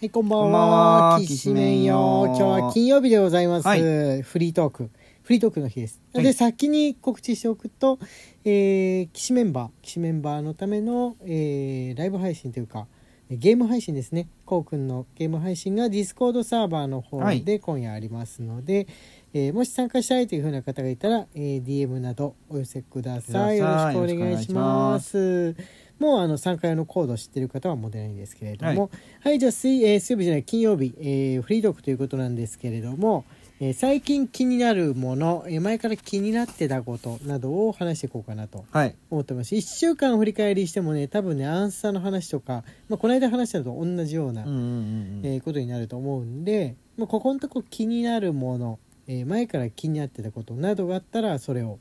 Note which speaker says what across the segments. Speaker 1: はい、こんばん
Speaker 2: こんばん
Speaker 1: は。
Speaker 2: は
Speaker 1: きしめんよ。今
Speaker 2: き
Speaker 1: 日
Speaker 2: しめんよ
Speaker 1: は金曜日でございます。
Speaker 2: はい
Speaker 1: フリートーク。フリートークの日です。
Speaker 2: はい
Speaker 1: で、先に告知しておくと、えー、きしメンバー、きしメンバーのための、えー、ライブ配信というか、ゲーム配信ですね。こうくんのゲーム配信がディスコードサーバーの方
Speaker 2: はい
Speaker 1: で今夜ありますので、えーもし参加したいというふうな方がいたら、えー DM などお寄せください。
Speaker 2: く
Speaker 1: よ
Speaker 2: だ
Speaker 1: ろ
Speaker 2: さ
Speaker 1: しく
Speaker 2: い
Speaker 1: お願いします。もうあの参加用のコード知ってる方はもう出ないんですけれども、はい、じゃあ水,、えー水曜日じゃない金曜日、えーフリードークということなんですけれども、えー最近気になるもの、えー前から気になってたことなどを話していこうかなと
Speaker 2: はい。
Speaker 1: 思ってます1週間振り返りしてもね多分ねアンサーの話とか、まあ、この間話したのと同じような、
Speaker 2: うんうんうんうん。
Speaker 1: えーことになると思うんで、まあ、ここのとこ気になるもの、えー前から気になってたことなどがあったらそれを、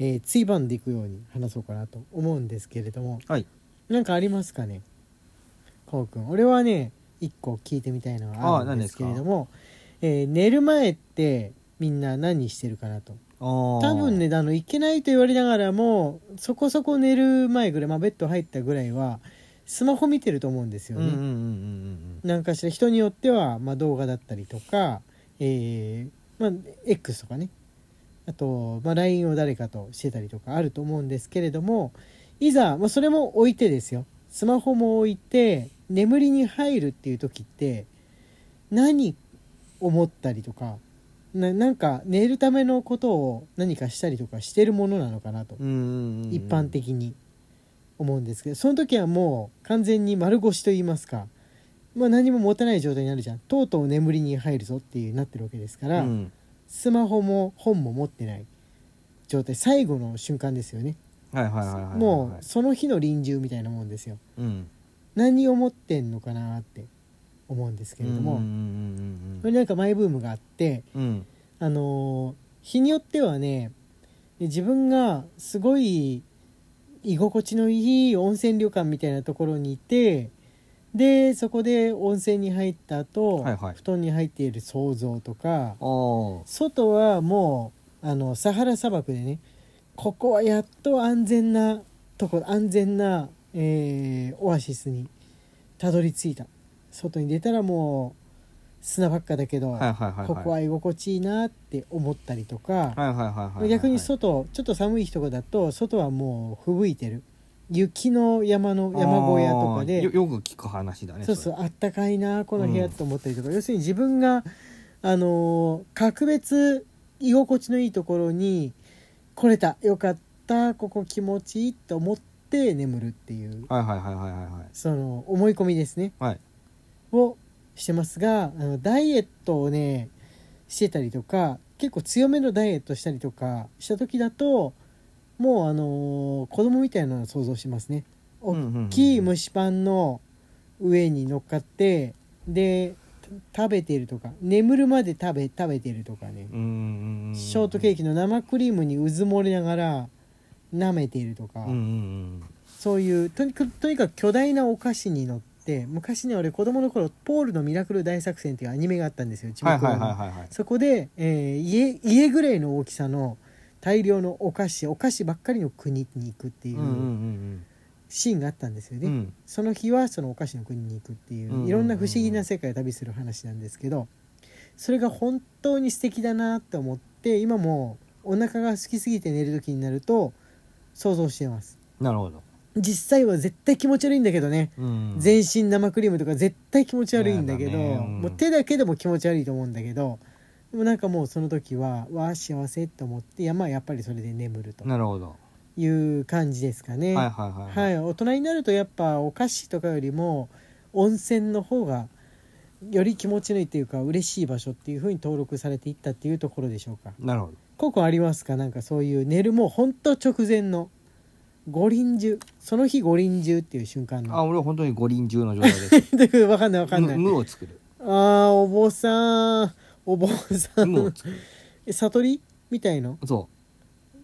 Speaker 1: えー、ついばんでいくように話そうかなと思うんですけれども
Speaker 2: はい。
Speaker 1: なんかありますかねこうくん俺はね一個聞いてみたいのがあ
Speaker 2: あ
Speaker 1: る
Speaker 2: 何
Speaker 1: んで
Speaker 2: ですすか
Speaker 1: けれども、えー寝る前ってみんな何してるかなと
Speaker 2: 多
Speaker 1: 多分。ねあのいけないと言われながらもそこそこ寝る前ぐらい、まあ、ベッド入ったぐらいはスマホ見てると思うんです
Speaker 2: うん
Speaker 1: よ
Speaker 2: う
Speaker 1: ね。
Speaker 2: んうんうんうん
Speaker 1: なんかしら人によっては、まあ、動画だったりとか、えーまあ、X とかねあと、まあ、LINE を誰かとしてたりとかあると思うんですけれどもいざ、まあ、それも置いてですよスマホも置いて眠りに入るっていう時って何思ったりとかななんか寝るためのことを何かしたりとかしてるものなのかなと
Speaker 2: うん。うんうんうん。
Speaker 1: 一般。的に思うんですけどその時はもう完全に丸腰と言いますか、まあ、何も持たない状態になるじゃんとうとう眠りに入るぞっていうなってるわけですか
Speaker 2: う
Speaker 1: ら、
Speaker 2: ん。
Speaker 1: スマホも本も持ってない状態最後の瞬間ですよね、
Speaker 2: はいはいはいはいはい。
Speaker 1: もうその日の臨終みたいなもんですよ
Speaker 2: う。うん。
Speaker 1: 何を持ってんのかなって思うんですけれども、
Speaker 2: う
Speaker 1: こ
Speaker 2: んう
Speaker 1: れ
Speaker 2: ん
Speaker 1: なんかマイブームがあって
Speaker 2: うんうん。うん。
Speaker 1: あのー日によってはね自分がすごい居心地のいい温泉旅館みたいなところにいてでそこで温泉に入った後、
Speaker 2: はいはい
Speaker 1: 布団に入っている想像とか
Speaker 2: おー
Speaker 1: 外はもうあのサハラ砂漠でねここはやっと安全なとこ安全な、えーオアシスにたどり着いた外に出たらもう砂ばっかだけど、
Speaker 2: はいはいはいい。
Speaker 1: ここは居心地いいなって思ったりとか、
Speaker 2: はいはいはいはいはい。
Speaker 1: 逆に外ちょっと寒い日とかだと外はもう吹雪いてる雪の山の山小屋とか
Speaker 2: あーよ
Speaker 1: で
Speaker 2: よく聞く話だね。
Speaker 1: そうそう
Speaker 2: れ。
Speaker 1: あったかいなこの部屋と思ったりとか、要するに自分があのー格別居心地のいいところに来れたよかったここ気持ちいいと思って眠るっていう
Speaker 2: はいはいはいはいはいはい。
Speaker 1: その思い込みですね。
Speaker 2: はい。
Speaker 1: をしてますがあのダイエットをねしてたりとか結構強めのダイエットしたりとかした時だともうあのー子供みたいなのを想像しますね
Speaker 2: うんうんうんうん
Speaker 1: 大きい蒸しパンの上に乗っかってで食べてるとか眠るまで食べ食べてるとかね
Speaker 2: うんうんうん。
Speaker 1: ショートケー
Speaker 2: キ。
Speaker 1: キの生クリームにうずもれながら舐めているとか、
Speaker 2: うんうん
Speaker 1: そういうとにかくとにかく巨大なお菓子に乗って昔ね俺子供の頃「ポールのミラクル大作戦」っていうアニメがあったんですよ
Speaker 2: うん。
Speaker 1: 地
Speaker 2: はい
Speaker 1: 元の
Speaker 2: はいはいはいはい。
Speaker 1: そこで、えー家家ぐらいの大きさの大量のお菓子お菓子ばっかりの国に行くってい
Speaker 2: うんうんう
Speaker 1: うんシーンがあったんですよ
Speaker 2: うん。
Speaker 1: ね、
Speaker 2: うん。
Speaker 1: その日はそのお菓子の国に行くってい
Speaker 2: うんうんう
Speaker 1: うんいろんな不思議な世界を旅する話なんですけどそれが本当に素敵だなと思って今もお腹が空きすぎて寝る時になると想像してます
Speaker 2: なるほど。
Speaker 1: 実際は絶対気持ち悪いんだけどね、
Speaker 2: うん。
Speaker 1: 全身生クリームとか絶対気持ち悪いんだけど
Speaker 2: 嫌だねうん
Speaker 1: もう手だけでも気持ち悪いと思うんだけどでもなんかもうその時はわあ幸せと思っていやまあやっぱりそれで眠ると
Speaker 2: なるほど。
Speaker 1: いう感じですかね。
Speaker 2: はいはいはい。
Speaker 1: はい、大人になるとやっぱお菓子とかよりも温泉の方がより気持ちのいいっていうか嬉しい場所っていうふうに登録されていったっていうところでしょうか。
Speaker 2: なるほど。
Speaker 1: ココありますかなんかそういう寝るもうほんと直前の五輪中その日五輪中っていう瞬間
Speaker 2: あ、
Speaker 1: の
Speaker 2: 俺は本当に五輪中の状態です。
Speaker 1: だから わかんないわかんない
Speaker 2: 無無を作 る。
Speaker 1: あーお坊さんお坊さ
Speaker 2: 無を
Speaker 1: ん
Speaker 2: 作る。
Speaker 1: え悟りみたいの
Speaker 2: そ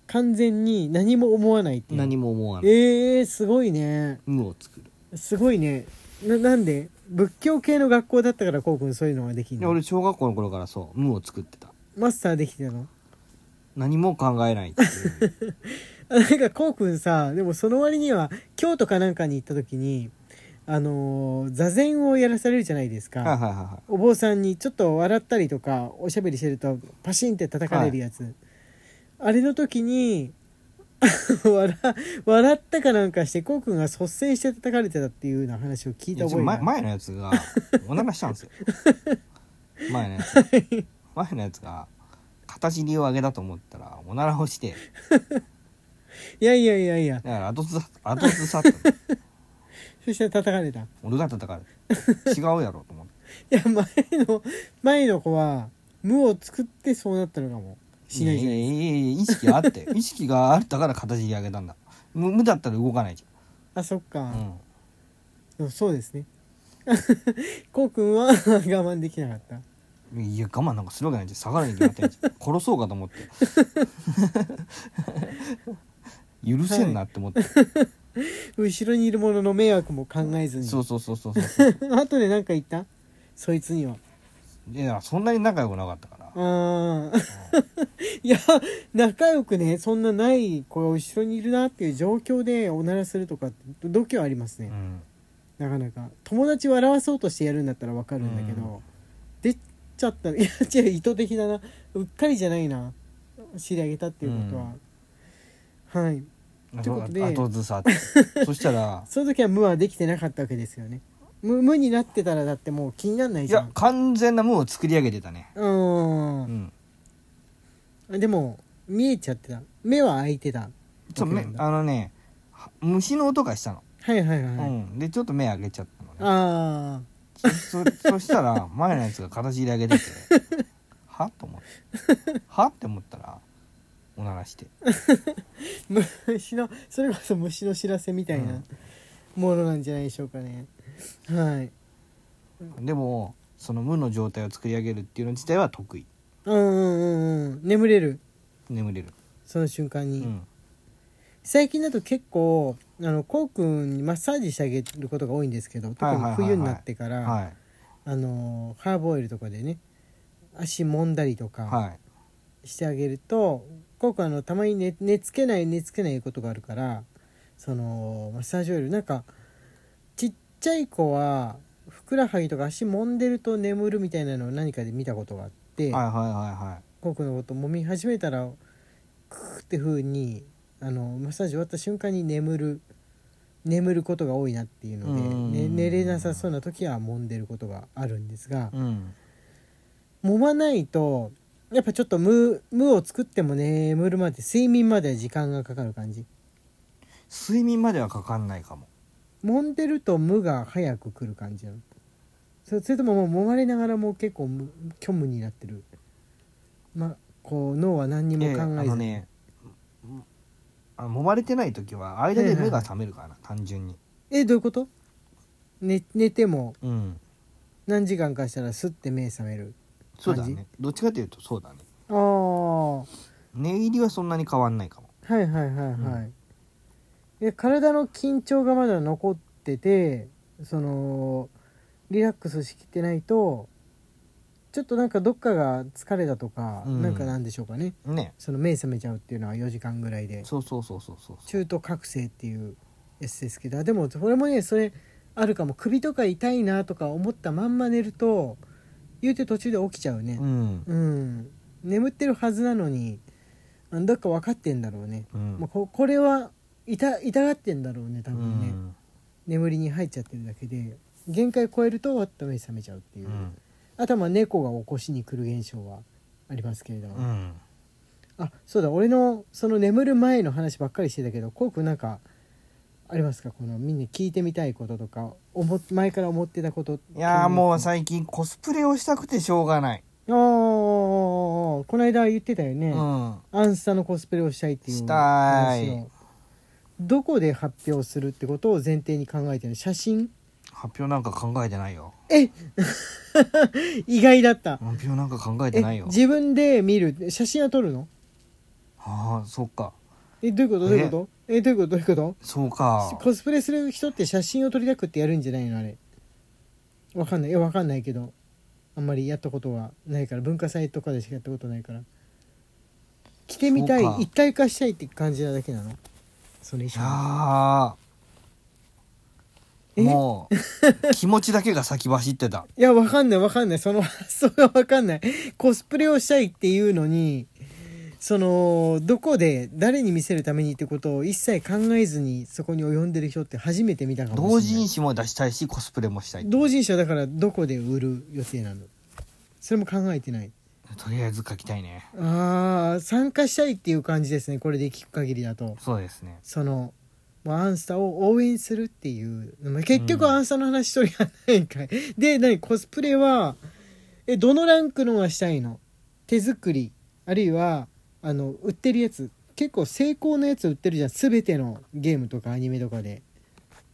Speaker 1: 完全に何も思わないって
Speaker 2: う。
Speaker 1: いう
Speaker 2: 何も思わない。
Speaker 1: えー、すごいね
Speaker 2: 無を作る。
Speaker 1: すごいねななんで仏教系の学校だったからこうくんそういうのができる
Speaker 2: いや
Speaker 1: の
Speaker 2: 俺小学校の頃からそう無を作ってた。
Speaker 1: マスターできてたの
Speaker 2: 何も考えないっていう。
Speaker 1: あなんかこうくんさでもその割には京都かなんかに行った時にあのー座禅をやらされるじゃないですか、
Speaker 2: はいはいはいは
Speaker 1: お坊さんにちょっと笑ったりとかおしゃべりしてるとパシンって叩かれるやつ、あれの時に 笑笑ったかなんかしてこうくんが率先して叩かれてたっていうような話を聞
Speaker 2: い
Speaker 1: い
Speaker 2: いや
Speaker 1: た
Speaker 2: ちょ
Speaker 1: 覚えがあ
Speaker 2: 前
Speaker 1: る
Speaker 2: 前のやつがおならした んですよ前のやつ前のやつが片尻を上げたと思ったらおならをして
Speaker 1: いやいやいやいや
Speaker 2: だから後ずさ後ずさって
Speaker 1: そして叩かれたい
Speaker 2: 俺が叩かれて違うやろと思って
Speaker 1: や前の前の子は無を作ってそうなったのかもしないじゃない
Speaker 2: やややいや意識あって意識があったから片尻上げたんだ無無だったら動かないじ
Speaker 1: あそっ
Speaker 2: ゃ
Speaker 1: か
Speaker 2: ん、う、ん、
Speaker 1: でもそうですね こうくんは我慢できなかった
Speaker 2: いや我慢なんかするわけないじゃん下がらなきゃいけないじ ゃん殺そうかと思って許せんなって思って、
Speaker 1: 後ろにいる者の迷惑も考えずに
Speaker 2: そうそうそうそうそう
Speaker 1: あとで何か言ったそいつにはい
Speaker 2: やそんなに仲良くなかったから
Speaker 1: あー いや仲良くねそんなない子が後ろにいるなっていう状況でおならするとかって度胸あります
Speaker 2: う
Speaker 1: ね、
Speaker 2: ん
Speaker 1: なかなか友達を笑わそうとしてやるんだったらわかるんだけど、
Speaker 2: うん
Speaker 1: 出ちゃったい や違う意図的だなうっかりじゃないな知り上げたっていうことは、はいということで
Speaker 2: 後 ずさってそしたら
Speaker 1: その時は無はできてなかったわけですよね無無になってたらだってもう気になんない
Speaker 2: い
Speaker 1: じゃ
Speaker 2: や
Speaker 1: ん
Speaker 2: 完全な無を作り上げてたね
Speaker 1: うー
Speaker 2: うんん
Speaker 1: でも見えちゃってた目は開いてた
Speaker 2: ちょっと
Speaker 1: わ
Speaker 2: め
Speaker 1: けなんだ
Speaker 2: あのねは虫の音がしたの、
Speaker 1: はいはいはい、
Speaker 2: うんでちょっと目開けちゃったのね
Speaker 1: ああ
Speaker 2: そそしたら前のやつが形で 上げててはと思ってはって思ったらおならして
Speaker 1: 虫のそれこそ虫の知らせみたいなものなんじゃないでしょうかね、はい
Speaker 2: でもその無の状態を作り上げるっていうの自体は得意
Speaker 1: うんうんうんうん眠れる
Speaker 2: 眠れる、
Speaker 1: その瞬間
Speaker 2: う
Speaker 1: に、
Speaker 2: ん、
Speaker 1: 最近だと結構あのこうくんにマッサージしてあげることが多いんですけど特
Speaker 2: はいは
Speaker 1: に
Speaker 2: いはいはい
Speaker 1: 冬になってから
Speaker 2: はい
Speaker 1: あのハーブオイルとかでね足揉んだりとか
Speaker 2: はい
Speaker 1: してあげると、こうくんあのたまに寝寝つけない寝つけないことがあるからそのマッサージオイルなんかちっちゃい子はふくらはぎとか足揉んでると眠るみたいなのを何かで見たことがあって、
Speaker 2: はいはいは
Speaker 1: コウ君のこと揉み始めたらクーって風にあのマッサージ終わった瞬間に眠る眠ることが多いなっていうので、
Speaker 2: うん
Speaker 1: ね寝れなさそうな時は揉んでることがあるんですが
Speaker 2: いはい、うん
Speaker 1: 揉まないとやっぱちょっと無無を作っても眠るまで睡眠までは時間がかかる感じ
Speaker 2: 睡眠まではかかんないかも
Speaker 1: 揉んでると無が早く来る感じなのそそれとももう揉まれながらもう結構無虚無になってるまあこう脳は何にも考えず
Speaker 2: いやいやあのねもあの揉まれてない時は間で目が覚めるからな、単純に
Speaker 1: えどういうこと寝寝ても
Speaker 2: うん
Speaker 1: 何時間かしたらスッて目覚める
Speaker 2: そうだ
Speaker 1: 感
Speaker 2: ねどっちかというとそうだね
Speaker 1: ああは
Speaker 2: 寝入りはそんなに変わんないかも
Speaker 1: いはいはいはい、で体の緊張がまだ残っててそのリラックスしきってないとちょっとなんかどっかが疲れたとか、
Speaker 2: うん
Speaker 1: なんかなんでしょうかね
Speaker 2: ね
Speaker 1: その目覚めちゃうっていうのは4時間ぐらいで
Speaker 2: そうそうそうそうそう
Speaker 1: 中途覚醒っていうやつですけどあでもこれもねそれあるかも首とか痛いなとか思ったまんま寝ると言うて途中で起きちゃうね
Speaker 2: うん
Speaker 1: うん、眠ってるはずなのにあどっか分かってんだろうね、
Speaker 2: うん
Speaker 1: まあ、ここれは痛痛がってんだろうね多
Speaker 2: う
Speaker 1: 分ね、
Speaker 2: ん
Speaker 1: 眠りに入っちゃってるだけで限界超えるとわっと目覚めちゃうっていう、
Speaker 2: うん
Speaker 1: あとはまあ猫が起こしに来る現象はありますけれども、
Speaker 2: うん
Speaker 1: あそうだ俺のその眠る前の話ばっかりしてたけどこうくんなんかありますかこのみんな聞いてみたいこととか思っ前から思ってたこと
Speaker 2: いやーもう
Speaker 1: あ
Speaker 2: 最近コスプレをしたくてしょうがない、
Speaker 1: あーこの間言ってたよね、
Speaker 2: うん
Speaker 1: アンスタのコスプレをしたいっていう
Speaker 2: したーい
Speaker 1: 話をどこで発表するってことを前提に考えてる写真
Speaker 2: 発表なんか考えてないよ
Speaker 1: え 意外だった
Speaker 2: 発表なんか考えて
Speaker 1: え
Speaker 2: ないよ
Speaker 1: 自分で見る写真は撮るの
Speaker 2: ああそっか
Speaker 1: えどういうことどういうことえどういうことどういうこと
Speaker 2: そうか
Speaker 1: コスプレする人って写真を撮りたくってやるんじゃないのあれわかんないいやわかんないけどあんまりやったことがないから文化祭とかでしかやったことないから着てみたい
Speaker 2: そうか
Speaker 1: 一体化したいって感じなだけなのその
Speaker 2: い
Speaker 1: 衣
Speaker 2: や
Speaker 1: 装
Speaker 2: ー
Speaker 1: え
Speaker 2: もう気持ちだけが先走って た
Speaker 1: いや、わかんないわかんない。その 発想がわかんない。コスプレをしたいっていうのに、その、どこで誰に見せるためにってことを一切考えずにそこに及んでる人って初めて見たかもしれない。
Speaker 2: 同人誌も出したいしコスプレもしたい
Speaker 1: 同人誌はだからどこで売る予定なのそれも考えてない。
Speaker 2: とりあえず書きたいね
Speaker 1: ああ、参加したいっていう感じですね。これで聞く限りだと。
Speaker 2: そうですね
Speaker 1: その、まあ、アンスタを応援するっていう、まあ、結局アンスタの話しとりはないんかい、 で何コスプレはえどのランクのがしたいの手作りあるいはあの売ってるやつ結構成功のやつ売ってるじゃん全てのゲームとかアニメとかで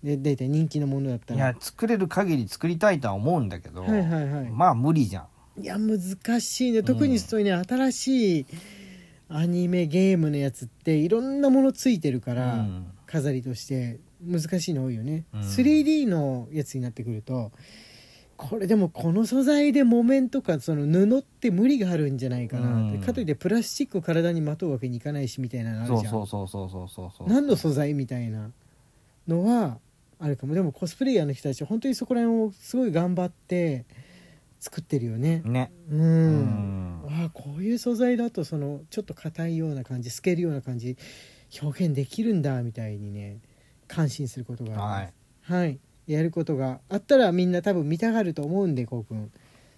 Speaker 1: で大体人気のものだった
Speaker 2: い
Speaker 1: ら
Speaker 2: や作れる限り作りたいとは思うんだけど、
Speaker 1: はいはいはい
Speaker 2: まあ無理じゃん
Speaker 1: いや難しいね特にそういうね、新しいアニメゲームのやつっていろんなものついてるから、
Speaker 2: うん
Speaker 1: 飾りとして難しいの多いよね、
Speaker 2: うん
Speaker 1: 3D のやつになってくるとこれでもこの素材で木綿とかその布って無理があるんじゃないかなって、
Speaker 2: うん
Speaker 1: かといってプラスチックを体にまとうわけにいかないしみたいなのあるじゃ
Speaker 2: そ
Speaker 1: ん
Speaker 2: うそうそうそうそうそうそう
Speaker 1: 何の素材みたいなのはあるかもでもコスプレイヤーの人たちは本当にそこら辺をすごい頑張って作ってるよね
Speaker 2: ね
Speaker 1: うん、
Speaker 2: うん
Speaker 1: ああこういう素材だとそのちょっと硬いような感じ透けるような感じ表現できるんだみたいにね感心することがあ
Speaker 2: は
Speaker 1: り
Speaker 2: い
Speaker 1: ますはい、やることがあったらみんな多分見たがると思うんでこうくん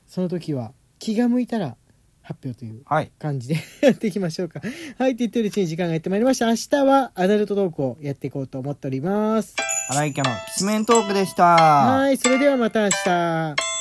Speaker 1: その時は気が向いたら発表という
Speaker 2: はい
Speaker 1: 感じで やっていきましょうかはいって言ってるうちに時間がやってまいりました明日はアダルトトークをやっていこうと思っております
Speaker 2: 荒井家のきしめんトークでした
Speaker 1: はいそれではまた明日